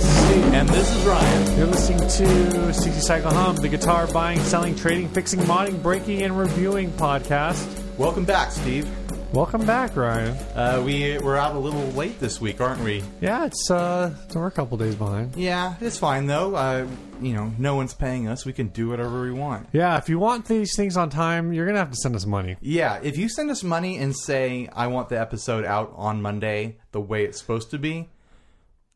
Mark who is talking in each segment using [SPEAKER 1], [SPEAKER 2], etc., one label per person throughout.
[SPEAKER 1] And this is Ryan.
[SPEAKER 2] You're listening to 60 Cycle Hum, the guitar buying, selling, trading, fixing, modding, breaking, and reviewing podcast.
[SPEAKER 1] Welcome back, Steve.
[SPEAKER 2] Welcome back, Ryan.
[SPEAKER 1] Uh, we we're out a little late this week, aren't we?
[SPEAKER 2] Yeah, it's uh, we're a couple days behind.
[SPEAKER 1] Yeah, it's fine though. Uh, you know, no one's paying us. We can do whatever we want.
[SPEAKER 2] Yeah, if you want these things on time, you're gonna have to send us money.
[SPEAKER 1] Yeah, if you send us money and say I want the episode out on Monday the way it's supposed to be,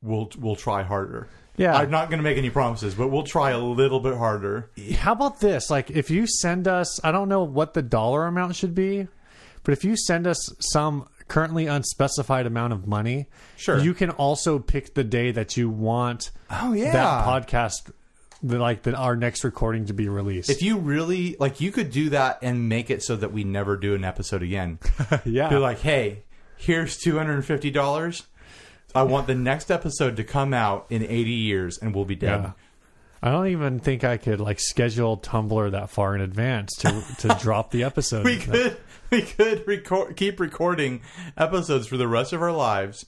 [SPEAKER 1] we'll we'll try harder.
[SPEAKER 2] Yeah.
[SPEAKER 1] I'm not going to make any promises, but we'll try a little bit harder.
[SPEAKER 2] How about this? Like, if you send us, I don't know what the dollar amount should be, but if you send us some currently unspecified amount of money,
[SPEAKER 1] Sure.
[SPEAKER 2] you can also pick the day that you want
[SPEAKER 1] Oh yeah.
[SPEAKER 2] that podcast, the, like the, our next recording to be released.
[SPEAKER 1] if you really like you could do that and make it so that we never do an episode again.
[SPEAKER 2] yeah,
[SPEAKER 1] Be like, "Hey, here's $250. I want the next episode to come out in 80 years and we'll be dead."
[SPEAKER 2] Yeah. I don't even think I could like schedule Tumblr that far in advance to to drop the episode.
[SPEAKER 1] We could we could record keep recording episodes for the rest of our lives,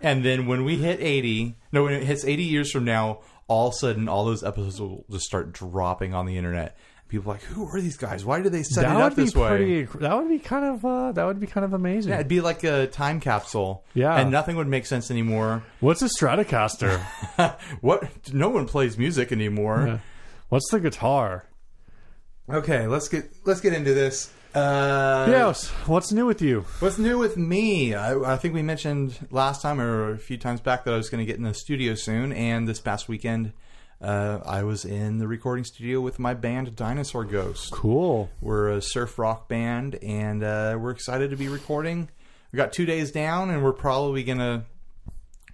[SPEAKER 1] and then when we hit eighty, no, when it hits eighty years from now, all of a sudden all those episodes will just start dropping on the internet. People are like, who are these guys? Why did they set
[SPEAKER 2] that
[SPEAKER 1] it up
[SPEAKER 2] would be
[SPEAKER 1] this way?
[SPEAKER 2] pretty. That would be kind of. Uh, that would be kind of amazing.
[SPEAKER 1] Yeah, it'd be like a time capsule.
[SPEAKER 2] Yeah.
[SPEAKER 1] and nothing would make sense anymore.
[SPEAKER 2] What's a Stratocaster?
[SPEAKER 1] What? No one plays music anymore.
[SPEAKER 2] What's the guitar?
[SPEAKER 1] Okay, let's get let's get into this. Uh,
[SPEAKER 2] Yes. What's new with you?
[SPEAKER 1] What's new with me? I, I think we mentioned last time or a few times back that I was going to get in the studio soon, and this past weekend, uh, I was in the recording studio with my band Dinosaur Ghost.
[SPEAKER 2] Cool.
[SPEAKER 1] We're a surf rock band, and uh, we're excited to be recording. We got two days down, and we're probably going to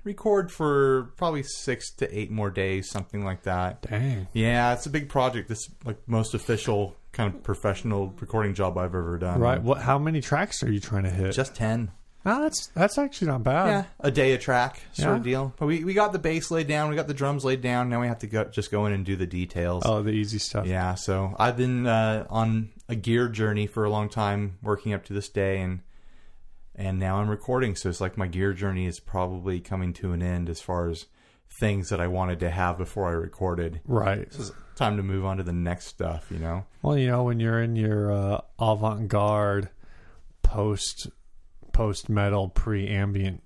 [SPEAKER 1] record for probably six to eight more days, something like that.
[SPEAKER 2] Dang.
[SPEAKER 1] Yeah, it's a big project. This like most official kind of professional recording job I've ever done.
[SPEAKER 2] Right. What? How many tracks are you trying to hit?
[SPEAKER 1] Just ten.
[SPEAKER 2] no, that's that's actually not bad.
[SPEAKER 1] yeah, a day a track sort
[SPEAKER 2] Yeah.
[SPEAKER 1] of deal. But we, we got the bass laid down, we got the drums laid down. Now we have to go just go in and do the details.
[SPEAKER 2] Oh, the easy stuff.
[SPEAKER 1] Yeah, so I've been uh, on a gear journey for a long time, working up to this day, and and now I'm recording. So it's like my gear journey is probably coming to an end as far as things that I wanted to have before I recorded.
[SPEAKER 2] Right.
[SPEAKER 1] It's time to move on to the next stuff, you know.
[SPEAKER 2] Well, you know, when you're in your uh, avant-garde, post post metal, pre ambient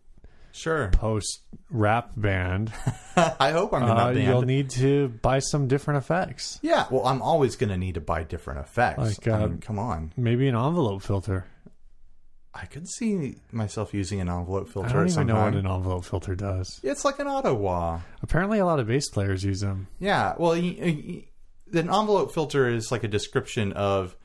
[SPEAKER 1] Sure.
[SPEAKER 2] post rap band,
[SPEAKER 1] I hope I'm in
[SPEAKER 2] uh,
[SPEAKER 1] that
[SPEAKER 2] you'll
[SPEAKER 1] band.
[SPEAKER 2] need to buy some different effects.
[SPEAKER 1] yeah. Well, I'm always going to need to buy different effects.
[SPEAKER 2] Like,
[SPEAKER 1] I
[SPEAKER 2] uh,
[SPEAKER 1] mean, come on.
[SPEAKER 2] Maybe an envelope filter.
[SPEAKER 1] I could see myself using an envelope filter.
[SPEAKER 2] I don't
[SPEAKER 1] at
[SPEAKER 2] even
[SPEAKER 1] some
[SPEAKER 2] know what
[SPEAKER 1] time.
[SPEAKER 2] an envelope filter does.
[SPEAKER 1] It's like an Ottawa.
[SPEAKER 2] Apparently, a lot of bass players use them.
[SPEAKER 1] Yeah. Well, y y an envelope filter is like a description of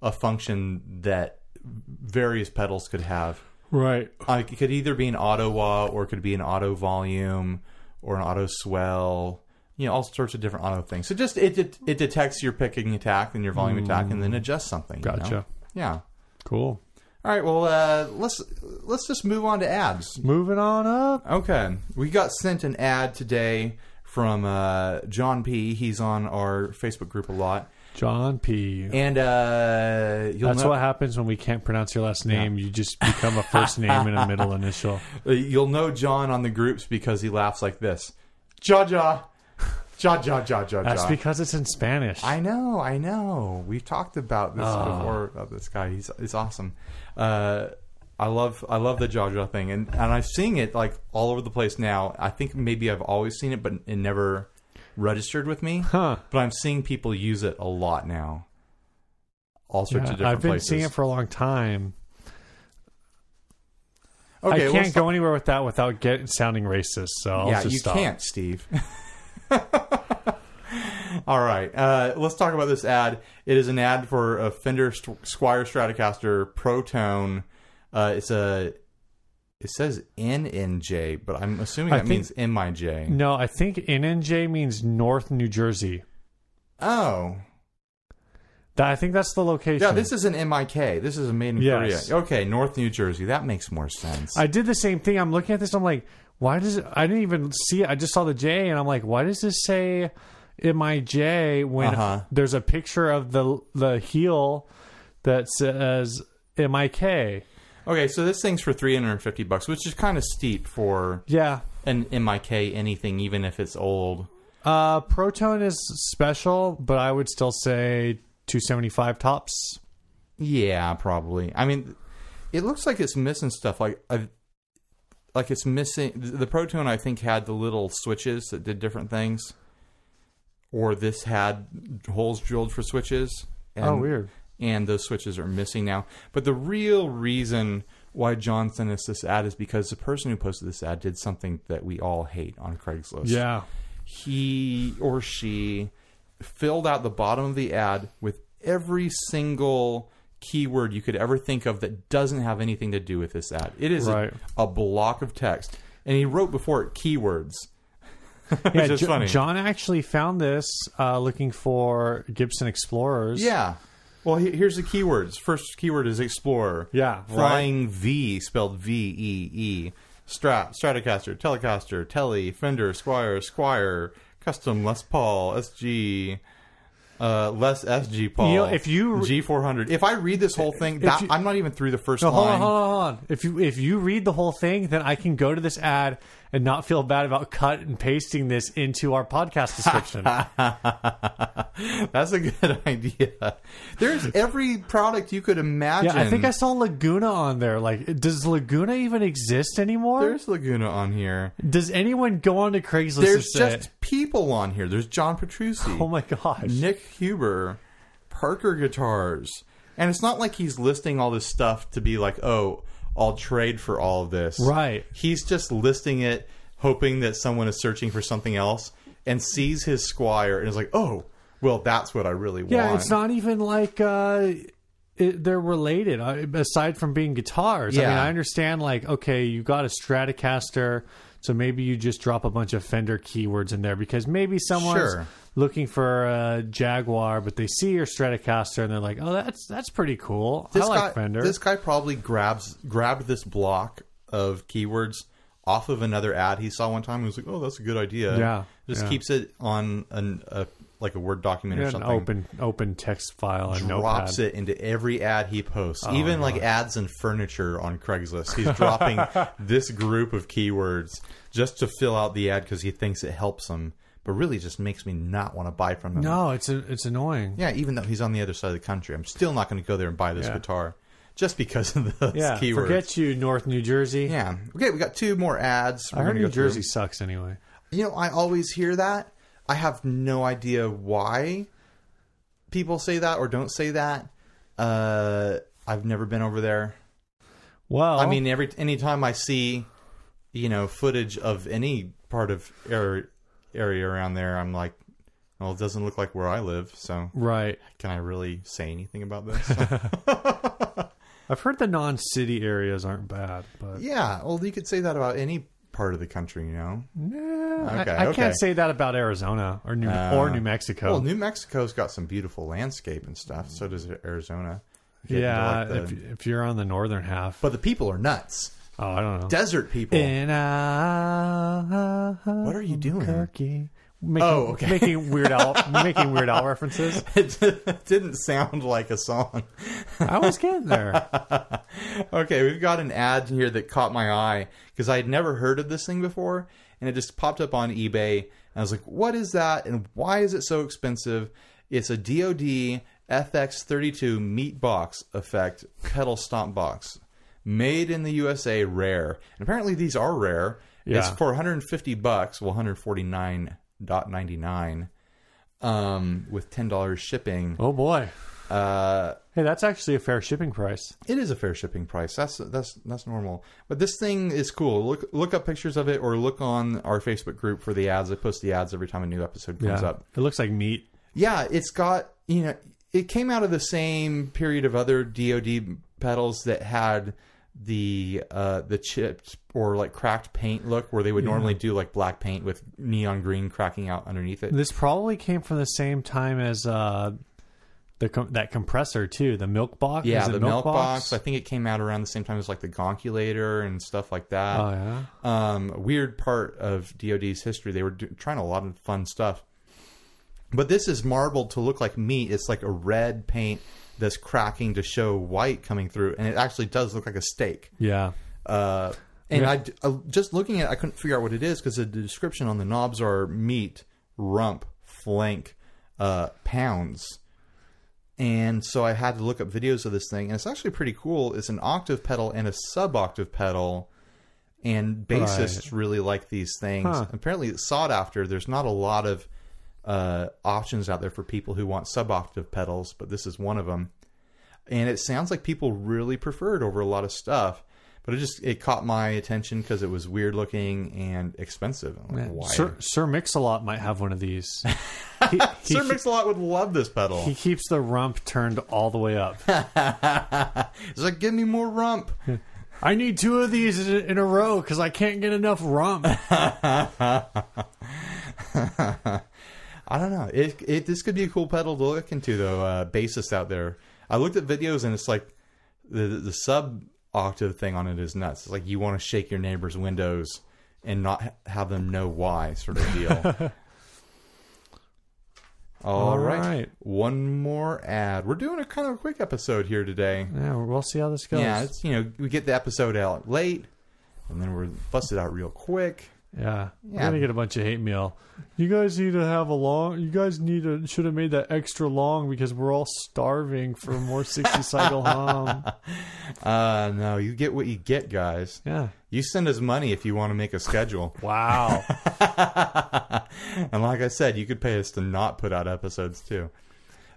[SPEAKER 1] a function that various pedals could have.
[SPEAKER 2] Right.
[SPEAKER 1] Like it could either be an auto wah or it could be an auto volume or an auto swell. You know, all sorts of different auto things. So just it det- it detects your picking attack and your volume attack, and then adjusts something. you know?
[SPEAKER 2] Gotcha.
[SPEAKER 1] Yeah.
[SPEAKER 2] Cool.
[SPEAKER 1] All right. Well, uh, let's let's just move on to ads.
[SPEAKER 2] Moving on up.
[SPEAKER 1] Okay. We got sent an ad today from uh, John P. He's on our Facebook group a lot.
[SPEAKER 2] John P.
[SPEAKER 1] And uh, you'll
[SPEAKER 2] That's
[SPEAKER 1] know,
[SPEAKER 2] what happens when we can't pronounce your last name. You just become a first name and a middle initial.
[SPEAKER 1] uh, you'll know John on the groups because he laughs like this. Ja ja. Ja ja ja ja
[SPEAKER 2] That's
[SPEAKER 1] ja.
[SPEAKER 2] because it's in Spanish.
[SPEAKER 1] I know, I know. We've talked about this
[SPEAKER 2] Ah.
[SPEAKER 1] before about this guy. He's he's awesome. Uh, I love I love the Ja ja thing and, and I'm seeing it like all over the place now. I think maybe I've always seen it but it never registered with me.
[SPEAKER 2] huh.
[SPEAKER 1] but I'm seeing people use it a lot now. All sorts of
[SPEAKER 2] Yeah,
[SPEAKER 1] different
[SPEAKER 2] I've been
[SPEAKER 1] places.
[SPEAKER 2] seeing it for a long time.
[SPEAKER 1] okay,
[SPEAKER 2] I
[SPEAKER 1] well,
[SPEAKER 2] can't
[SPEAKER 1] stop-
[SPEAKER 2] go anywhere with that without get, sounding racist. So I'll
[SPEAKER 1] yeah,
[SPEAKER 2] just
[SPEAKER 1] you
[SPEAKER 2] stop.
[SPEAKER 1] can't, Steve. All right, uh, let's talk about this ad. It is an ad for a Fender St- Squire Stratocaster Pro Tone. Uh, it's a. It says NNJ, but I'm assuming
[SPEAKER 2] I
[SPEAKER 1] that
[SPEAKER 2] think-
[SPEAKER 1] means MIJ.
[SPEAKER 2] No, I think NNJ means North New Jersey.
[SPEAKER 1] Oh,
[SPEAKER 2] That, I think that's the location.
[SPEAKER 1] yeah, this is an MIK. This is a made in
[SPEAKER 2] Yes.
[SPEAKER 1] Korea. Okay, North New Jersey. That makes more sense.
[SPEAKER 2] I did the same thing. I'm looking at this. I'm like, why does it? I didn't even see it. I just saw the J, and I'm like, why does this say MIJ when
[SPEAKER 1] Uh-huh.
[SPEAKER 2] there's a picture of the the heel that says MIK?
[SPEAKER 1] Okay, so this thing's for 350 bucks, which is kind of steep for
[SPEAKER 2] Yeah.
[SPEAKER 1] an MIK anything, even if it's old.
[SPEAKER 2] Uh, Proton is special, but I would still say 275 tops.
[SPEAKER 1] Yeah, probably. I mean, it looks like it's missing stuff. Like, i like it's missing the Proton. I think had the little switches that did different things, or this had holes drilled for switches. And,
[SPEAKER 2] oh, weird.
[SPEAKER 1] And those switches are missing now. But the real reason why John sent us this ad is because the person who posted this ad did something that we all hate on Craigslist.
[SPEAKER 2] Yeah.
[SPEAKER 1] he or she filled out the bottom of the ad with every single keyword you could ever think of that doesn't have anything to do with this ad. It is a-
[SPEAKER 2] Right.
[SPEAKER 1] a, block of text, and he wrote before it keywords. Which
[SPEAKER 2] yeah,
[SPEAKER 1] is
[SPEAKER 2] Jo-
[SPEAKER 1] funny.
[SPEAKER 2] John actually found this uh, looking for Gibson Explorers.
[SPEAKER 1] yeah. Well, he- here's the keywords. First keyword is explorer.
[SPEAKER 2] Yeah,
[SPEAKER 1] Flying V, spelled V E E. Strat, Stratocaster, Telecaster, Telly, Fender, Squire, Squire, Custom, Les Paul, SG, uh, Les SG Paul.
[SPEAKER 2] You know, if you-
[SPEAKER 1] G400. If I read this whole thing, that,
[SPEAKER 2] you-
[SPEAKER 1] I'm not even through the first
[SPEAKER 2] No, hold
[SPEAKER 1] line.
[SPEAKER 2] on, hold on, hold on. If you if you read the whole thing, then I can go to this ad and not feel bad about cut and pasting this into our podcast description.
[SPEAKER 1] That's a good idea. There's every product you could imagine.
[SPEAKER 2] yeah, I think I saw Laguna on there. Like, does Laguna even exist anymore?
[SPEAKER 1] There's Laguna on here.
[SPEAKER 2] does anyone go onto Craigslist?
[SPEAKER 1] There's
[SPEAKER 2] to say,
[SPEAKER 1] just people on here. There's John Petrucci.
[SPEAKER 2] oh my gosh,
[SPEAKER 1] Nick Huber, Parker Guitars. And it's not like he's listing all this stuff to be like, oh, I'll trade for all of this.
[SPEAKER 2] Right.
[SPEAKER 1] He's just listing it, hoping that someone is searching for something else and sees his squire and is like, oh, well, that's what I really
[SPEAKER 2] yeah,
[SPEAKER 1] want.
[SPEAKER 2] it's not even like uh, it, they're related. I, aside from being guitars, I mean,
[SPEAKER 1] Yeah.
[SPEAKER 2] I understand. Like, okay, you got a Stratocaster, so maybe you just drop a bunch of Fender keywords in there because maybe someone's
[SPEAKER 1] Sure.
[SPEAKER 2] looking for a Jaguar, but they see your Stratocaster and they're like, "Oh, that's that's pretty cool.
[SPEAKER 1] this
[SPEAKER 2] I
[SPEAKER 1] guy,
[SPEAKER 2] like Fender."
[SPEAKER 1] This guy probably grabs grabbed this block of keywords off of another ad he saw one time and was like, oh, that's a good idea.
[SPEAKER 2] Yeah,
[SPEAKER 1] Just
[SPEAKER 2] yeah.
[SPEAKER 1] keeps it on an, a, like a Word document or
[SPEAKER 2] an
[SPEAKER 1] something.
[SPEAKER 2] open open text file and notepad. Oh,
[SPEAKER 1] drops it into every ad he posts, even like ads and furniture on Craigslist. He's dropping this group of keywords just to fill out the ad because he thinks it helps him, but really just makes me not want to buy from him.
[SPEAKER 2] No, it's a, it's annoying.
[SPEAKER 1] Yeah, even though he's on the other side of the country, I'm still not going to go there and buy this
[SPEAKER 2] Yeah.
[SPEAKER 1] guitar just because of those
[SPEAKER 2] Yeah,
[SPEAKER 1] keywords.
[SPEAKER 2] forget you, North New Jersey.
[SPEAKER 1] yeah. Okay, we got two more ads.
[SPEAKER 2] I
[SPEAKER 1] We're
[SPEAKER 2] heard
[SPEAKER 1] gonna
[SPEAKER 2] New
[SPEAKER 1] go through.
[SPEAKER 2] Jersey sucks anyway.
[SPEAKER 1] You know, I always hear that. I have no idea why people say that or don't say that. Uh, I've never been over there.
[SPEAKER 2] Well,
[SPEAKER 1] I mean, every anytime I see, you know, footage of any part of area, area around there, I'm like, well, it doesn't look like where I live. So,
[SPEAKER 2] right.
[SPEAKER 1] can I really say anything about this?
[SPEAKER 2] I've heard the non-city areas aren't bad, but
[SPEAKER 1] yeah. Well, you could say that about any part of the country, you know.
[SPEAKER 2] Nah, I-
[SPEAKER 1] Okay, okay.
[SPEAKER 2] I,
[SPEAKER 1] Uh,
[SPEAKER 2] can't say that about Arizona or New or New Mexico.
[SPEAKER 1] Well, New Mexico's got some beautiful landscape and stuff. So does Arizona. Get into,
[SPEAKER 2] yeah,
[SPEAKER 1] like, the-
[SPEAKER 2] if, if you're on the northern half,
[SPEAKER 1] but the people are nuts.
[SPEAKER 2] oh, I don't know.
[SPEAKER 1] Desert people.
[SPEAKER 2] And I,
[SPEAKER 1] What are you doing?
[SPEAKER 2] Turkey. Making,
[SPEAKER 1] Oh, okay.
[SPEAKER 2] making weird Al making weird Al references.
[SPEAKER 1] it didn't sound like a song.
[SPEAKER 2] I was getting there.
[SPEAKER 1] Okay, we've got an ad here that caught my eye because I had never heard of this thing before, and it just popped up on eBay. And I was like, "What is that? And why is it so expensive?" It's a DoD FX32 meat box effect pedal stomp box, made in the USA, rare. And apparently, these are rare. It's
[SPEAKER 2] Yeah.
[SPEAKER 1] for 150 bucks, well, 149.99, um, with ten dollars shipping.
[SPEAKER 2] Oh boy.
[SPEAKER 1] Uh,
[SPEAKER 2] Hey, that's actually a fair shipping price.
[SPEAKER 1] it is a fair shipping price. That's that's that's normal. But this thing is cool. Look look up pictures of it, or look on our Facebook group for the ads. I post the ads every time a new episode comes
[SPEAKER 2] Yeah.
[SPEAKER 1] up.
[SPEAKER 2] It looks like meat.
[SPEAKER 1] Yeah, it's got you know it came out of the same period of other DoD pedals that had the uh the chipped or like cracked paint look where they would normally do like black paint with neon green cracking out underneath it.
[SPEAKER 2] This probably came from the same time as uh, the com- that compressor too. The milk box.
[SPEAKER 1] Yeah,
[SPEAKER 2] Is it
[SPEAKER 1] the milk, box. I think it came out around the same time as like the gonculator and stuff like that.
[SPEAKER 2] Oh yeah.
[SPEAKER 1] um, a weird part of DoD's history. They were do- trying a lot of fun stuff, but this is marbled to look like meat. It's like a red paint that's cracking to show white coming through, and it actually does look like a steak.
[SPEAKER 2] Yeah.
[SPEAKER 1] Uh, and
[SPEAKER 2] Yeah.
[SPEAKER 1] I d- I, just looking at, it, I couldn't figure out what it is because the description on the knobs are meat, rump, flank, uh, pounds, and so I had to look up videos of this thing, and it's actually pretty cool. It's an octave pedal and a sub octave pedal, and bassists really like these things.
[SPEAKER 2] Huh.
[SPEAKER 1] Apparently, it's sought after. There's not a lot of uh, options out there for people who want sub octave pedals, but this is one of them and it sounds like people really prefer it over a lot of stuff but it just it caught my attention because it was weird looking and expensive I'm like, why
[SPEAKER 2] Sir, Sir Mix-a-Lot might have one of these. He, he,
[SPEAKER 1] Sir Mix-a-Lot would love this pedal.
[SPEAKER 2] he keeps the rump turned all the way up.
[SPEAKER 1] He's like, "Give me more rump."
[SPEAKER 2] I need two of these in a- in a row because I can't get enough rump.
[SPEAKER 1] I don't know. It, it this could be a cool pedal to look into though. Uh, bassist out there, I looked at videos and it's like the the sub octave thing on it is nuts. It's like you want to shake your neighbor's windows and not ha- have them know why, sort of deal. All
[SPEAKER 2] All
[SPEAKER 1] right.
[SPEAKER 2] right.
[SPEAKER 1] one more ad. We're doing a kind of a quick episode here today.
[SPEAKER 2] Yeah, we'll see how this goes.
[SPEAKER 1] Yeah, it's you know we get the episode out late, and then we're busted out real quick.
[SPEAKER 2] Yeah. We're
[SPEAKER 1] Yeah.
[SPEAKER 2] gonna get a bunch of hate mail. You guys need to have a long. You guys need to should have made that extra long because we're all starving for more sixty cycle hum.
[SPEAKER 1] Uh, no, you get what you get, guys.
[SPEAKER 2] Yeah.
[SPEAKER 1] You send us money if you want to make a schedule.
[SPEAKER 2] Wow.
[SPEAKER 1] and like I said, you could pay us to not put out episodes too.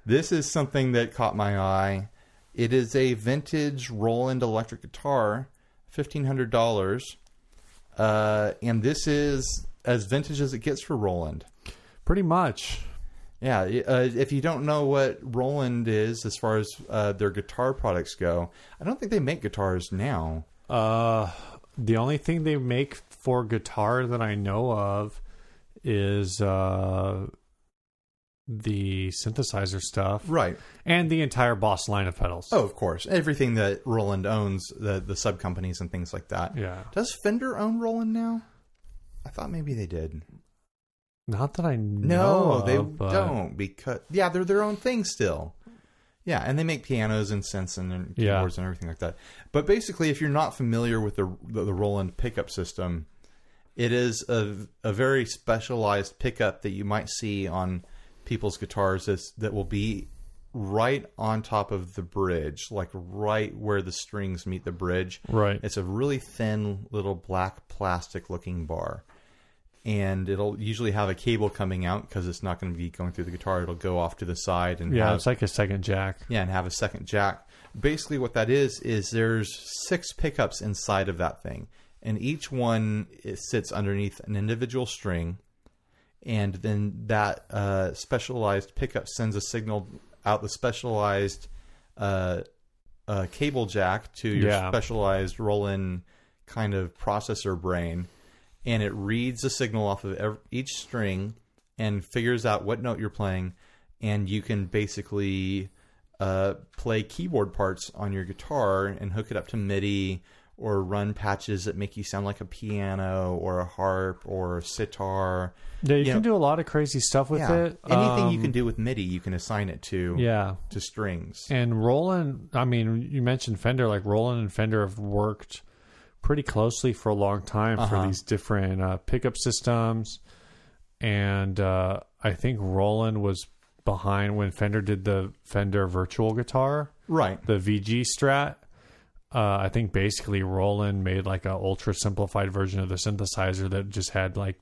[SPEAKER 1] This is something that caught my eye. It is a vintage Roland electric guitar, fifteen hundred dollars, uh, and this is as vintage as it gets for Roland.
[SPEAKER 2] Pretty much.
[SPEAKER 1] Yeah, uh, if you don't know what Roland is as far as uh, their guitar products go, I don't think they make guitars now.
[SPEAKER 2] Uh, the only thing they make for guitar that I know of is uh the synthesizer stuff
[SPEAKER 1] Right.
[SPEAKER 2] and the entire Boss line of pedals.
[SPEAKER 1] Oh, of course. Everything that Roland owns, the the sub companies and things like that.
[SPEAKER 2] Yeah.
[SPEAKER 1] Does Fender own Roland now? I thought maybe they did.
[SPEAKER 2] Not that I know.
[SPEAKER 1] No, they
[SPEAKER 2] of, but-
[SPEAKER 1] don't because yeah, they're their own thing still. Yeah, and they make pianos and synths and, and
[SPEAKER 2] Yeah.
[SPEAKER 1] keyboards and everything like that. But basically, if you're not familiar with the the, the Roland pickup system, it is a a very specialized pickup that you might see on people's guitars that's, that will be right on top of the bridge, like right where the strings meet the bridge.
[SPEAKER 2] Right.
[SPEAKER 1] It's a really thin little black plastic looking bar. And it'll usually have a cable coming out because it's not going to be going through the guitar. It'll go off to the side and
[SPEAKER 2] Yeah,
[SPEAKER 1] have,
[SPEAKER 2] it's like a second jack.
[SPEAKER 1] yeah, and have a second jack. Basically, what that is is there's six pickups inside of that thing, and each one it sits underneath an individual string, and then that uh, specialized pickup sends a signal out the specialized uh, uh, cable jack to your
[SPEAKER 2] Yeah.
[SPEAKER 1] specialized Roland kind of processor brain, and it reads the signal off of ev each string and figures out what note you're playing, and you can basically uh, play keyboard parts on your guitar and hook it up to MIDI or run patches that make you sound like a piano or a harp or a sitar.
[SPEAKER 2] Yeah, you
[SPEAKER 1] Yeah.
[SPEAKER 2] can do a lot of crazy stuff with
[SPEAKER 1] Yeah.
[SPEAKER 2] it.
[SPEAKER 1] Anything you
[SPEAKER 2] Um,
[SPEAKER 1] can do with MIDI, you can assign it to
[SPEAKER 2] Yeah.
[SPEAKER 1] to strings.
[SPEAKER 2] And Roland, I mean, you mentioned Fender. Like Roland and Fender have worked pretty closely for a long time for these different uh, pickup systems. And uh, I think Roland was behind when Fender did the Fender virtual guitar,
[SPEAKER 1] Right.
[SPEAKER 2] the VG Strat. Uh, I think basically Roland made like an ultra simplified version of the synthesizer that just had like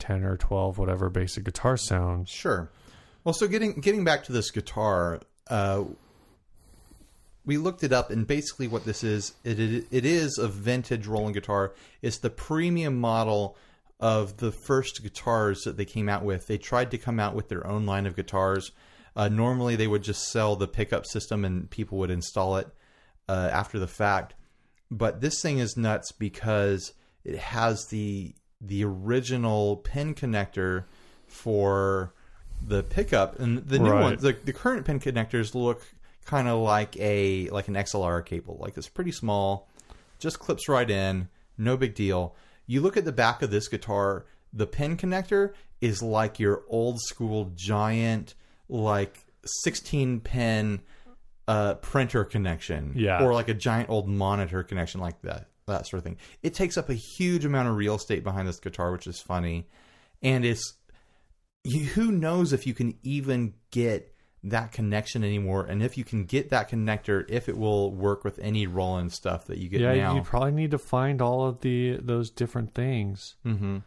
[SPEAKER 2] 10 or 12, whatever basic guitar sounds.
[SPEAKER 1] Sure. Well, so getting getting back to this guitar, uh, we looked it up, and basically what this is, it it, it is a vintage Roland guitar. It's the premium model of the first guitars that they came out with. They tried to come out with their own line of guitars. Uh, normally, they would just sell the pickup system, and people would install it uh, after the fact. But this thing is nuts because it has the the original pin connector for the pickup, and the new
[SPEAKER 2] Right.
[SPEAKER 1] ones, the, the current pin connectors look kind of like a like an XLR cable. Like it's pretty small, just clips right in, no big deal. You look at the back of this guitar, the pin connector is like your old school giant like 16 pin a printer connection,
[SPEAKER 2] Yeah.
[SPEAKER 1] or like a giant old monitor connection, like that that sort of thing. It takes up a huge amount of real estate behind this guitar, which is funny, and it's you, who knows if you can even get that connection anymore, and if you can get that connector, if it will work with any Roland stuff that you get
[SPEAKER 2] yeah,
[SPEAKER 1] now.
[SPEAKER 2] you probably need to find all of the those different things,
[SPEAKER 1] hmm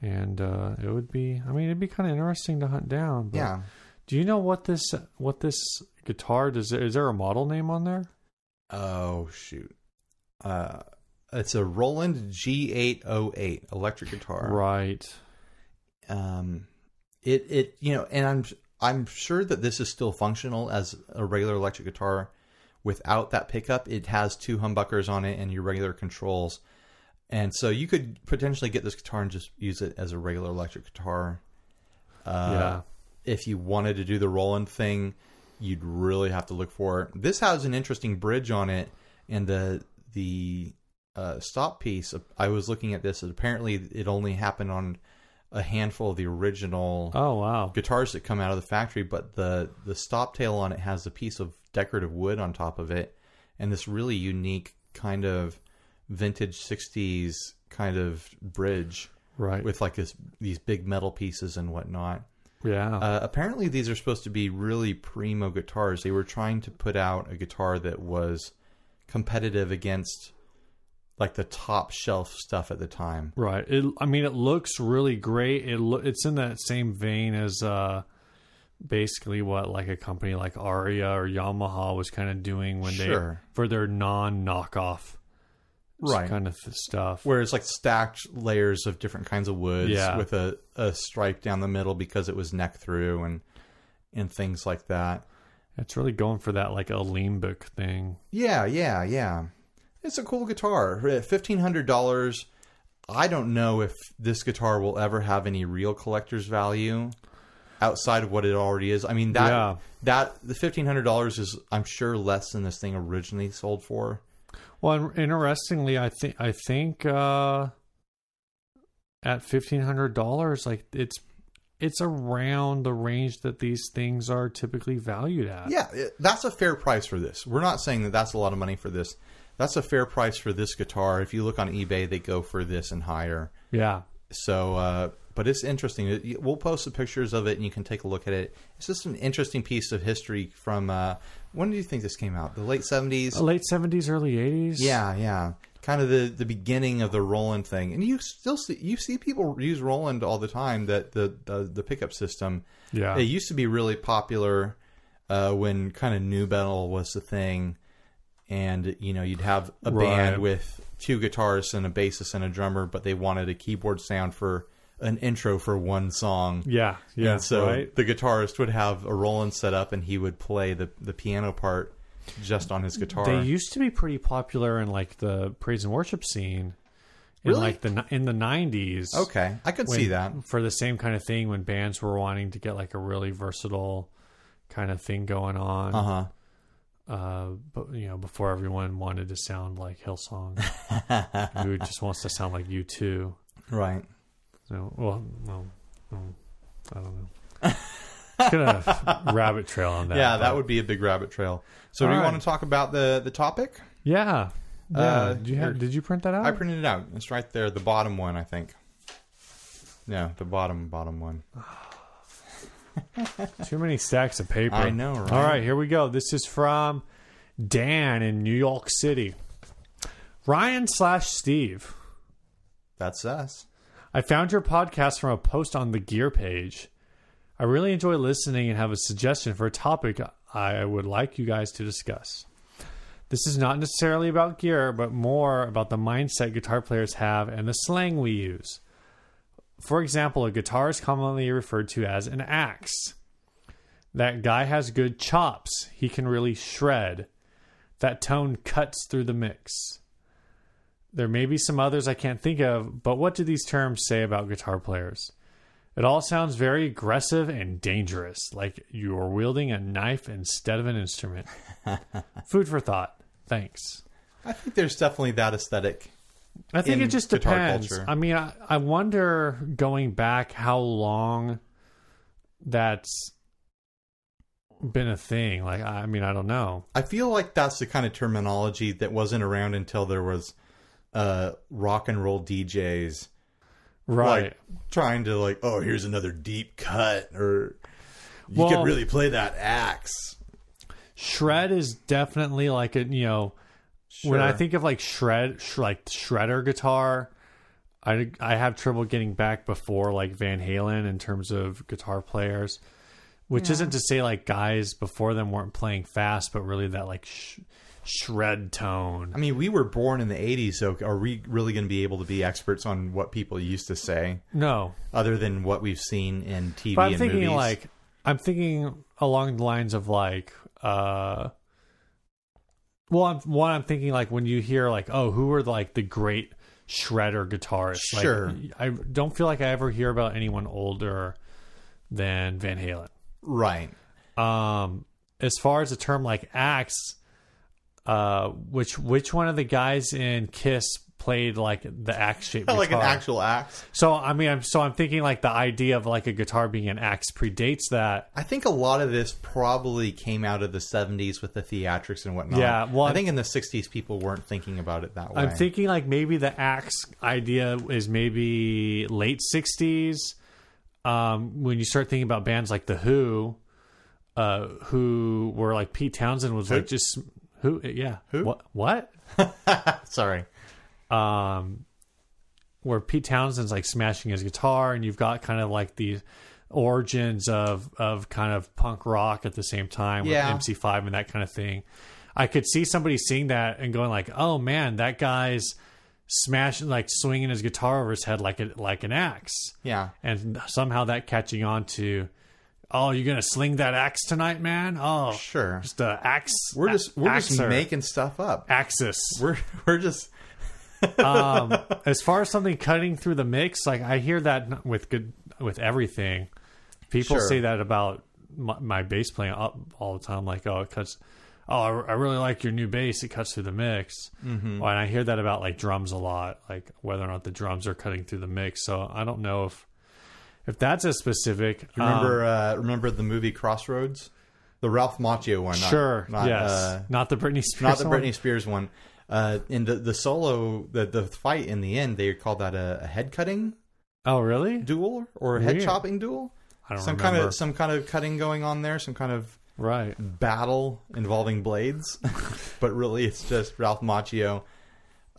[SPEAKER 2] and uh, it would be. I mean, it'd be kind of interesting to hunt down. But
[SPEAKER 1] Yeah,
[SPEAKER 2] Do you know what this what this guitar does? Is there a model name on there?
[SPEAKER 1] Oh shoot. Uh it's a Roland G808 electric guitar.
[SPEAKER 2] Right.
[SPEAKER 1] Um it it you know and I'm I'm sure that this is still functional as a regular electric guitar without that pickup. It has two humbuckers on it and your regular controls. And so you could potentially get this guitar and just use it as a regular electric guitar.
[SPEAKER 2] yeah.
[SPEAKER 1] Uh, If you wanted to do the Roland thing, you'd really have to look for it. This has an interesting bridge on it, and the the uh, stop piece. I was looking at this, and apparently it only happened on a handful of the original
[SPEAKER 2] Oh wow.
[SPEAKER 1] guitars that come out of the factory. But the the stop tail on it has a piece of decorative wood on top of it, and this really unique kind of vintage '60s kind of bridge
[SPEAKER 2] Right.
[SPEAKER 1] with like this these big metal pieces and whatnot.
[SPEAKER 2] yeah.
[SPEAKER 1] Uh, apparently, these are supposed to be really primo guitars. They were trying to put out a guitar that was competitive against like the top shelf stuff at the time.
[SPEAKER 2] right. It, I mean, it looks really great. It lo- it's in that same vein as uh, basically what like a company like Aria or Yamaha was kind of doing when
[SPEAKER 1] Sure.
[SPEAKER 2] they for their non knockoff
[SPEAKER 1] Right.
[SPEAKER 2] kind of stuff.
[SPEAKER 1] Where it's like stacked layers of different kinds of woods
[SPEAKER 2] Yeah.
[SPEAKER 1] with a, a stripe down the middle because it was neck through and and things like that.
[SPEAKER 2] It's really going for that like a limbic thing.
[SPEAKER 1] Yeah, yeah, yeah. It's a cool guitar. Fifteen hundred dollars. I don't know if this guitar will ever have any real collector's value outside of what it already is. I mean that
[SPEAKER 2] Yeah.
[SPEAKER 1] that the fifteen hundred dollars is I'm sure less than this thing originally sold for.
[SPEAKER 2] Well, and interestingly, I think I think uh, at fifteen hundred dollars, like it's it's around the range that these things are typically valued at.
[SPEAKER 1] Yeah, it- that's a fair price for this. We're not saying that that's a lot of money for this. That's a fair price for this guitar. If you look on eBay, they go for this and higher.
[SPEAKER 2] Yeah.
[SPEAKER 1] So, uh, but it's interesting. It- you- We'll post the pictures of it, and you can take a look at it. It's just an interesting piece of history from uh, when do you think this came out? The late seventies.
[SPEAKER 2] Late seventies, early eighties.
[SPEAKER 1] Yeah, yeah. Kind of the, the beginning of the Roland thing, and you still see you see people use Roland all the time. That the the, the pickup system.
[SPEAKER 2] Yeah.
[SPEAKER 1] It used to be really popular uh, when kind of new metal was the thing, and you know you'd have a
[SPEAKER 2] Right.
[SPEAKER 1] band with two guitarists and a bassist and a drummer, but they wanted a keyboard sound for an intro for one song.
[SPEAKER 2] Yeah. Yeah.
[SPEAKER 1] and so
[SPEAKER 2] right.
[SPEAKER 1] the guitarist would have a Roland set up, and he would play the the piano part just on his guitar.
[SPEAKER 2] They used to be pretty popular in like the praise and worship scene. In
[SPEAKER 1] Really?
[SPEAKER 2] like the ni- in the nineties.
[SPEAKER 1] okay, I could
[SPEAKER 2] when-
[SPEAKER 1] see that.
[SPEAKER 2] for the same kind of thing when bands were wanting to get like a really versatile kind of thing going on.
[SPEAKER 1] Uh huh.
[SPEAKER 2] uh, but you know, before everyone wanted to sound like Hillsong, who just wants to sound like you two.
[SPEAKER 1] Right.
[SPEAKER 2] So, well, well, um, I don't know. It's gonna rabbit trail on that.
[SPEAKER 1] yeah,
[SPEAKER 2] but-
[SPEAKER 1] that would be a big rabbit trail. So, do
[SPEAKER 2] All
[SPEAKER 1] you
[SPEAKER 2] right.
[SPEAKER 1] want to talk about the the topic?
[SPEAKER 2] Yeah, yeah.
[SPEAKER 1] Uh,
[SPEAKER 2] Do you have,
[SPEAKER 1] here.
[SPEAKER 2] did you print that out?
[SPEAKER 1] I printed it out. It's right there, the bottom one, I think. No, the bottom bottom one.
[SPEAKER 2] Too many stacks of paper.
[SPEAKER 1] I know, right?
[SPEAKER 2] All right, here we go. This is from Dan in New York City. Ryan slash Steve.
[SPEAKER 1] That's us.
[SPEAKER 2] I found your podcast from a post on the gear page. I really enjoy listening and have a suggestion for a topic I would like you guys to discuss. This is not necessarily about gear, but more about the mindset guitar players have and the slang we use. For example, a guitar is commonly referred to as an axe. That guy has good chops. He can really shred. That tone cuts through the mix. There may be some others I can't think of, but what do these terms say about guitar players? It all sounds very aggressive and dangerous, like you are wielding a knife instead of an instrument. Food for thought. Thanks.
[SPEAKER 1] I think there's definitely that aesthetic.
[SPEAKER 2] I think
[SPEAKER 1] in
[SPEAKER 2] it just
[SPEAKER 1] guitar
[SPEAKER 2] depends.
[SPEAKER 1] culture.
[SPEAKER 2] I mean, I, I wonder going back how long that's been a thing. Like, I I mean, I don't know.
[SPEAKER 1] I feel like that's the kind of terminology that wasn't around until there was uh, rock and roll DJs
[SPEAKER 2] Right.
[SPEAKER 1] like trying to like, oh, here's another deep cut, or you
[SPEAKER 2] Well-
[SPEAKER 1] could really play that axe.
[SPEAKER 2] Shred is definitely like a, you know, when I
[SPEAKER 1] Sure.
[SPEAKER 2] think of like shred, sh- like shredder guitar, I I have trouble getting back before like Van Halen in terms of guitar players, which isn't to say like guys before them weren't playing fast, but really that like sh- shred tone.
[SPEAKER 1] I mean, we were born in the '80s, so are we really going to be able to be experts on what people used to say,
[SPEAKER 2] No,
[SPEAKER 1] other than what we've seen in TV
[SPEAKER 2] but I'm
[SPEAKER 1] and
[SPEAKER 2] thinking
[SPEAKER 1] movies?
[SPEAKER 2] like I'm thinking along the lines of like uh well I'm one I'm thinking like when you hear like oh who are like the great shredder guitarists Like,
[SPEAKER 1] Sure.
[SPEAKER 2] I don't feel like I ever hear about anyone older than Van Halen
[SPEAKER 1] right?
[SPEAKER 2] um as far as the term like axe uh which which one of the guys in Kiss played like the axe shaped
[SPEAKER 1] Like an
[SPEAKER 2] guitar?
[SPEAKER 1] actual axe.
[SPEAKER 2] so I mean I'm so I'm thinking like the idea of like a guitar being an axe predates that
[SPEAKER 1] I think a lot of this probably came out of the '70s with the theatrics and whatnot.
[SPEAKER 2] Yeah, well,
[SPEAKER 1] I think in the '60s people weren't thinking about it that way.
[SPEAKER 2] I'm thinking like maybe the axe idea is maybe late '60s. Um, when you start thinking about bands like the Who, uh, who were like Pete Townsend was like just who, yeah, who what, what?
[SPEAKER 1] Sorry.
[SPEAKER 2] Um, where Pete Townsend's like smashing his guitar, and you've got kind of like the origins of of kind of punk rock at the same time with
[SPEAKER 1] Yeah.
[SPEAKER 2] MC5 and that kind of thing. I could see somebody seeing that and going like, "Oh man, that guy's smashing like swinging his guitar over his head like a, like an axe,"
[SPEAKER 1] Yeah.
[SPEAKER 2] and somehow that catching on to, "Oh, you're gonna sling that axe tonight, man? Oh,
[SPEAKER 1] Sure.
[SPEAKER 2] just the axe.
[SPEAKER 1] We're just we're
[SPEAKER 2] axer,
[SPEAKER 1] just making stuff up.
[SPEAKER 2] axis.
[SPEAKER 1] We're we're just
[SPEAKER 2] um, as far as something cutting through the mix, like I hear that with good with everything. People
[SPEAKER 1] Sure.
[SPEAKER 2] say that about my, my bass playing up all the time. Like, oh, it cuts. Oh, I, I really like your new bass. It cuts through the mix. Mm-hmm. And I hear that about like drums a lot. Like whether or not the drums are cutting through the mix. So I don't know if if that's as specific. Um,
[SPEAKER 1] You remember uh, remember the movie Crossroads, the Ralph Macchio one. not-
[SPEAKER 2] sure.
[SPEAKER 1] not,
[SPEAKER 2] yes.
[SPEAKER 1] uh,
[SPEAKER 2] not the Britney Spears.
[SPEAKER 1] not the
[SPEAKER 2] one.
[SPEAKER 1] Britney Spears one. Uh, in the the solo, the the fight in the end, they call that a, a head cutting
[SPEAKER 2] Oh, really?
[SPEAKER 1] duel or a head
[SPEAKER 2] Weird.
[SPEAKER 1] chopping duel.
[SPEAKER 2] I don't
[SPEAKER 1] Some
[SPEAKER 2] remember.
[SPEAKER 1] kind of some kind of cutting going on there. Some kind of
[SPEAKER 2] right.
[SPEAKER 1] battle involving blades, but really it's just Ralph Macchio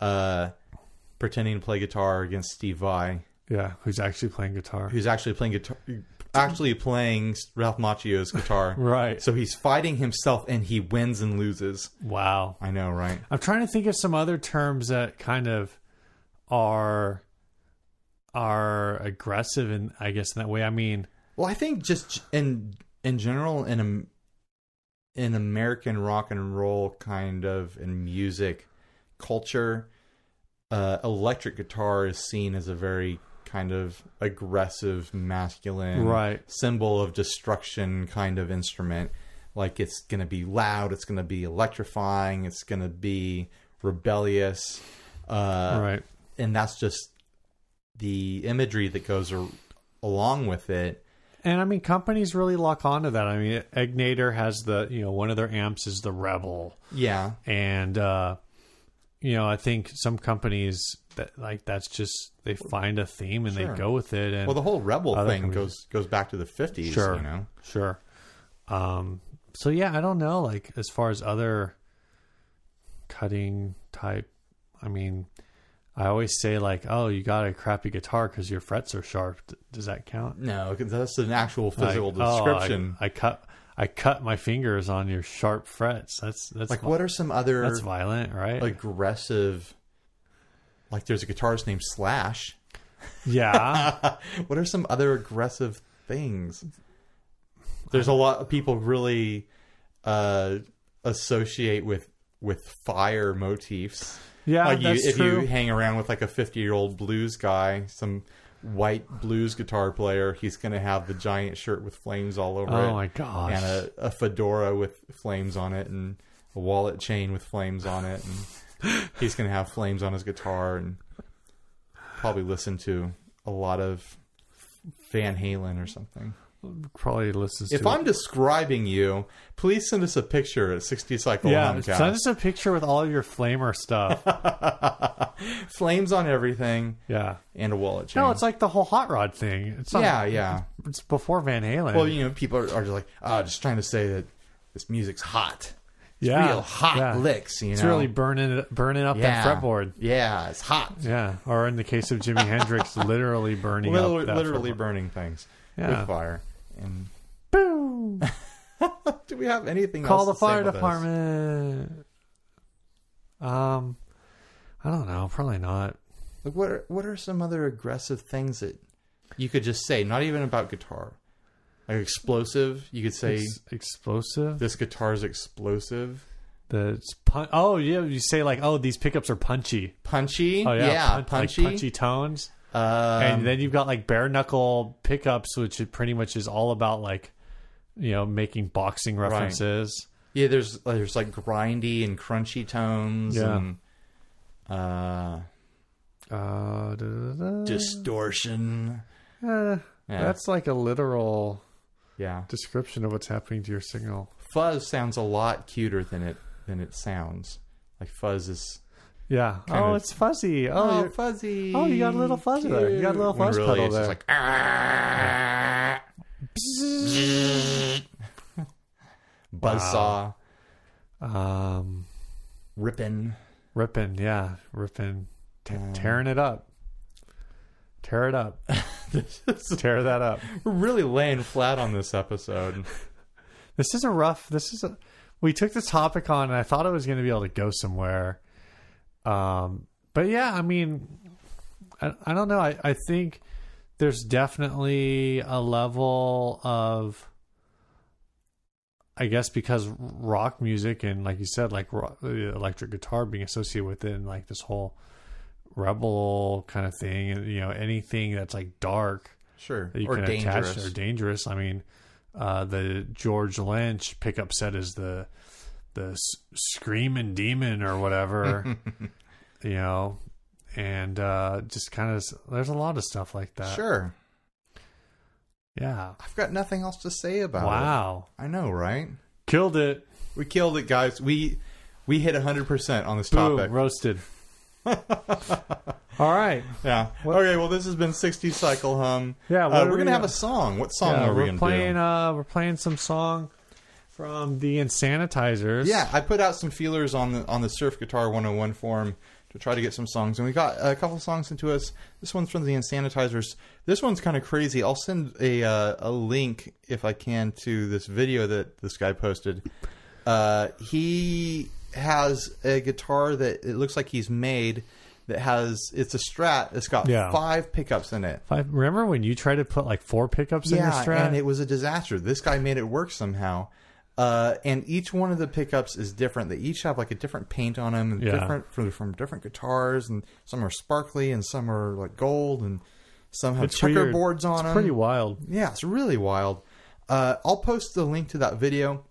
[SPEAKER 1] uh, pretending to play guitar against Steve Vai,
[SPEAKER 2] Yeah. Who's actually playing guitar?
[SPEAKER 1] who's actually playing guitar, actually playing Ralph Macchio's guitar.
[SPEAKER 2] Right.
[SPEAKER 1] So he's fighting himself, and he wins and loses.
[SPEAKER 2] Wow.
[SPEAKER 1] I know, right?
[SPEAKER 2] I'm trying to think of some other terms that kind of are are aggressive and I guess in that way. I mean,
[SPEAKER 1] Well, I think just in in general in Am- in American rock and roll kind of in music culture, uh, electric guitar is seen as a very kind of aggressive, masculine
[SPEAKER 2] Right.
[SPEAKER 1] symbol of destruction kind of instrument. Like it's going to be loud, it's going to be electrifying, it's going to be rebellious. Uh,
[SPEAKER 2] right.
[SPEAKER 1] and that's just the imagery that goes ar- along with it.
[SPEAKER 2] And I mean, companies really lock onto that. I mean, Egnator has the you know one of their amps is the Rebel,
[SPEAKER 1] Yeah,
[SPEAKER 2] and uh, you know I think some companies that like that's just they find a theme and
[SPEAKER 1] Sure.
[SPEAKER 2] they go with it. And
[SPEAKER 1] Well, the whole rebel
[SPEAKER 2] Other
[SPEAKER 1] thing
[SPEAKER 2] companies-
[SPEAKER 1] goes goes back to the fifties.
[SPEAKER 2] Sure.
[SPEAKER 1] You know,
[SPEAKER 2] Sure. Um, so yeah, I don't know. Like as far as other cutting type, I mean, I always say like, oh, you got a crappy guitar because your frets are sharp. D- Does that count?
[SPEAKER 1] no, 'cause that's an actual physical
[SPEAKER 2] Like, oh, I-
[SPEAKER 1] description.
[SPEAKER 2] I, cut. I cut my fingers on your sharp frets. That's that's
[SPEAKER 1] like,
[SPEAKER 2] vi-
[SPEAKER 1] what are some other
[SPEAKER 2] that's violent, right?
[SPEAKER 1] aggressive? Like, there's a guitarist named Slash.
[SPEAKER 2] yeah,
[SPEAKER 1] What are some other aggressive things? There's a lot of people really uh, associate with with fire motifs.
[SPEAKER 2] yeah,
[SPEAKER 1] like you,
[SPEAKER 2] that's
[SPEAKER 1] if
[SPEAKER 2] true.
[SPEAKER 1] you hang around with like a 50 year old blues guy some white blues guitar player he's gonna have the giant shirt with flames all over
[SPEAKER 2] oh
[SPEAKER 1] it
[SPEAKER 2] my gosh,
[SPEAKER 1] and a, a fedora with flames on it and a wallet chain with flames on it and he's gonna have flames on his guitar and probably listen to a lot of van halen or something
[SPEAKER 2] probably listens
[SPEAKER 1] If
[SPEAKER 2] to
[SPEAKER 1] I'm describing you, please send us a picture at 60 Cycle
[SPEAKER 2] it. Yeah,
[SPEAKER 1] Homecast.
[SPEAKER 2] send us a picture with all your flamer stuff.
[SPEAKER 1] Flames on everything
[SPEAKER 2] yeah.
[SPEAKER 1] and a wallet chain.
[SPEAKER 2] No, it's like the whole hot rod thing. It's not,
[SPEAKER 1] yeah, yeah.
[SPEAKER 2] It's before Van Halen.
[SPEAKER 1] Well, you know, people are, are just like, oh, just trying to say that this music's hot. It's
[SPEAKER 2] Yeah,
[SPEAKER 1] real hot
[SPEAKER 2] yeah.
[SPEAKER 1] licks, you
[SPEAKER 2] it's
[SPEAKER 1] know.
[SPEAKER 2] really burning it- burning up
[SPEAKER 1] yeah.
[SPEAKER 2] that fretboard.
[SPEAKER 1] Yeah, it's hot.
[SPEAKER 2] Yeah, or in the case of Jimi Hendrix, literally burning
[SPEAKER 1] Literally,
[SPEAKER 2] up. That
[SPEAKER 1] literally
[SPEAKER 2] fretboard.
[SPEAKER 1] burning things
[SPEAKER 2] Yeah.
[SPEAKER 1] with fire. And
[SPEAKER 2] Boom!
[SPEAKER 1] do we have anything
[SPEAKER 2] Call
[SPEAKER 1] else
[SPEAKER 2] the
[SPEAKER 1] to say
[SPEAKER 2] fire
[SPEAKER 1] about this?
[SPEAKER 2] department. Um, I don't know. Probably not.
[SPEAKER 1] Like, what are, what are some other aggressive things that you could just say? Not even about guitar. Like explosive, you could say
[SPEAKER 2] Ex- explosive.
[SPEAKER 1] this guitar's explosive.
[SPEAKER 2] That's pun- oh yeah. You say like oh these pickups are punchy.
[SPEAKER 1] Punchy,
[SPEAKER 2] Oh yeah, pun- like
[SPEAKER 1] punchy.
[SPEAKER 2] punchy tones.
[SPEAKER 1] Um,
[SPEAKER 2] and then you've got like bare knuckle pickups, which it pretty much is all about like you know making boxing references.
[SPEAKER 1] yeah, there's uh, there's like grindy and crunchy tones
[SPEAKER 2] Yeah.
[SPEAKER 1] and uh,
[SPEAKER 2] Uh, da-da-da.
[SPEAKER 1] distortion. Yeah.
[SPEAKER 2] Eh, That's like a literal
[SPEAKER 1] yeah,
[SPEAKER 2] description of what's happening to your signal.
[SPEAKER 1] fuzz sounds a lot cuter than it than it sounds. Like fuzz is
[SPEAKER 2] Yeah.
[SPEAKER 1] Kind
[SPEAKER 2] oh,
[SPEAKER 1] of-
[SPEAKER 2] it's fuzzy. Oh, you're-
[SPEAKER 1] fuzzy.
[SPEAKER 2] oh, you got a little fuzz there. You got a little
[SPEAKER 1] When
[SPEAKER 2] fuzz
[SPEAKER 1] really
[SPEAKER 2] pedal
[SPEAKER 1] it's
[SPEAKER 2] there.
[SPEAKER 1] Just like, "Ah." buzzsaw
[SPEAKER 2] um,
[SPEAKER 1] ripping.
[SPEAKER 2] ripping. Yeah, ripping. Te-
[SPEAKER 1] Um,
[SPEAKER 2] tearing it up. Tear it up. Tear that up.
[SPEAKER 1] We're really laying flat on this episode.
[SPEAKER 2] This is a rough. This is a. We took this topic on, and I thought it was going to be able to go somewhere. Um, but yeah, I mean, I, I don't know. I, I think there's definitely a level of, I guess, because rock music and, like you said, like rock, the electric guitar being associated with it, and like this whole rebel kind of thing, and you know, anything that's like dark
[SPEAKER 1] Sure,
[SPEAKER 2] that you
[SPEAKER 1] or
[SPEAKER 2] can
[SPEAKER 1] dangerous.
[SPEAKER 2] attach are dangerous. I mean, uh, the George Lynch pickup set is the the s- screaming demon or whatever, you know, and uh, just kind of there's a lot of stuff like that.
[SPEAKER 1] sure,
[SPEAKER 2] Yeah.
[SPEAKER 1] I've got nothing else to say about it.
[SPEAKER 2] Wow.
[SPEAKER 1] I know, right?
[SPEAKER 2] Killed it.
[SPEAKER 1] We killed it, guys. We we hit hundred percent on this
[SPEAKER 2] Boom.
[SPEAKER 1] topic.
[SPEAKER 2] Roasted. All right.
[SPEAKER 1] Yeah. Okay. Well, this has been sixty cycle hum.
[SPEAKER 2] Yeah, what
[SPEAKER 1] Uh,
[SPEAKER 2] are
[SPEAKER 1] we're gonna
[SPEAKER 2] we-
[SPEAKER 1] have a song. What song
[SPEAKER 2] Yeah,
[SPEAKER 1] are we
[SPEAKER 2] we're
[SPEAKER 1] gonna
[SPEAKER 2] playing.
[SPEAKER 1] do?
[SPEAKER 2] Uh, we're playing some song from the Insanitizers.
[SPEAKER 1] yeah, I put out some feelers on the on the Surf Guitar 101 forum to try to get some songs, and we got a couple songs into us. This one's from the Insanitizers. This one's kind of crazy. I'll send a uh, a link if I can to this video that this guy posted. Uh, he has a guitar that it looks like he's made that has it's a Strat. It's got
[SPEAKER 2] Yeah.
[SPEAKER 1] five pickups in it.
[SPEAKER 2] If I remember when you tried to put like four pickups in your strat.
[SPEAKER 1] and it was a disaster. This guy made it work somehow. Uh, and each one of the pickups is different. They each have like a different paint on them, and
[SPEAKER 2] Yeah.
[SPEAKER 1] different from, from different guitars, and some are sparkly, and some are like gold, and some have
[SPEAKER 2] It's weird.
[SPEAKER 1] checkerboards on
[SPEAKER 2] it's
[SPEAKER 1] them.
[SPEAKER 2] pretty wild.
[SPEAKER 1] yeah, it's really wild. Uh, I'll post the link to that video.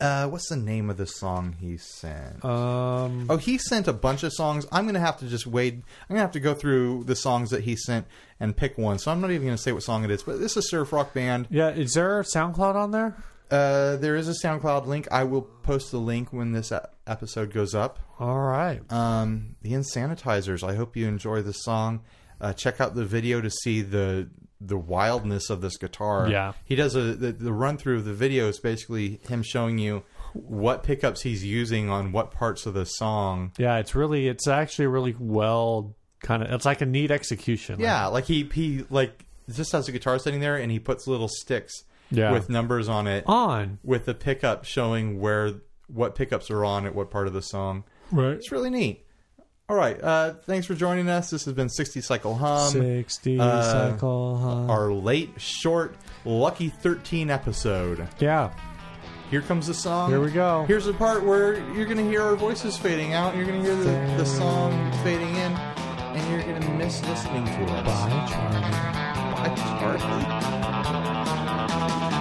[SPEAKER 1] Uh, what's the name of the song he sent?
[SPEAKER 2] Um,
[SPEAKER 1] Oh, he sent a bunch of songs. I'm gonna have to just wade. I'm gonna have to go through the songs that he sent and pick one. So I'm not even gonna say what song it is. But this is Surf Rock Band.
[SPEAKER 2] yeah, is there SoundCloud on there?
[SPEAKER 1] Uh, there is a SoundCloud link. I will post the link when this e- episode goes up.
[SPEAKER 2] All right.
[SPEAKER 1] Um, the Insanitizers. I hope you enjoy the song. Uh, check out the video to see the the wildness of this guitar.
[SPEAKER 2] Yeah.
[SPEAKER 1] he does a the, the run through of the video is basically him showing you what pickups he's using on what parts of the song.
[SPEAKER 2] Yeah, it's really, it's actually really well kind of, it's like a neat execution. Like,
[SPEAKER 1] Yeah, like he he like just has a guitar sitting there and he puts little sticks
[SPEAKER 2] Yeah.
[SPEAKER 1] with numbers on it
[SPEAKER 2] on.
[SPEAKER 1] with the pickup showing where what pickups are on at what part of the song.
[SPEAKER 2] Right.
[SPEAKER 1] It's really neat. All right, uh, thanks for joining us. This has been 60 Cycle
[SPEAKER 2] Um,
[SPEAKER 1] Hum,
[SPEAKER 2] 60
[SPEAKER 1] uh,
[SPEAKER 2] cycle. huh?
[SPEAKER 1] our late, short, lucky 13 episode.
[SPEAKER 2] yeah.
[SPEAKER 1] Here comes the song.
[SPEAKER 2] Here we go.
[SPEAKER 1] Here's the part where you're going to hear our voices fading out, you're going to hear the, the song fading in, and you're going to miss listening to us.
[SPEAKER 2] Bye, Charlie.
[SPEAKER 1] Bye, Charlie.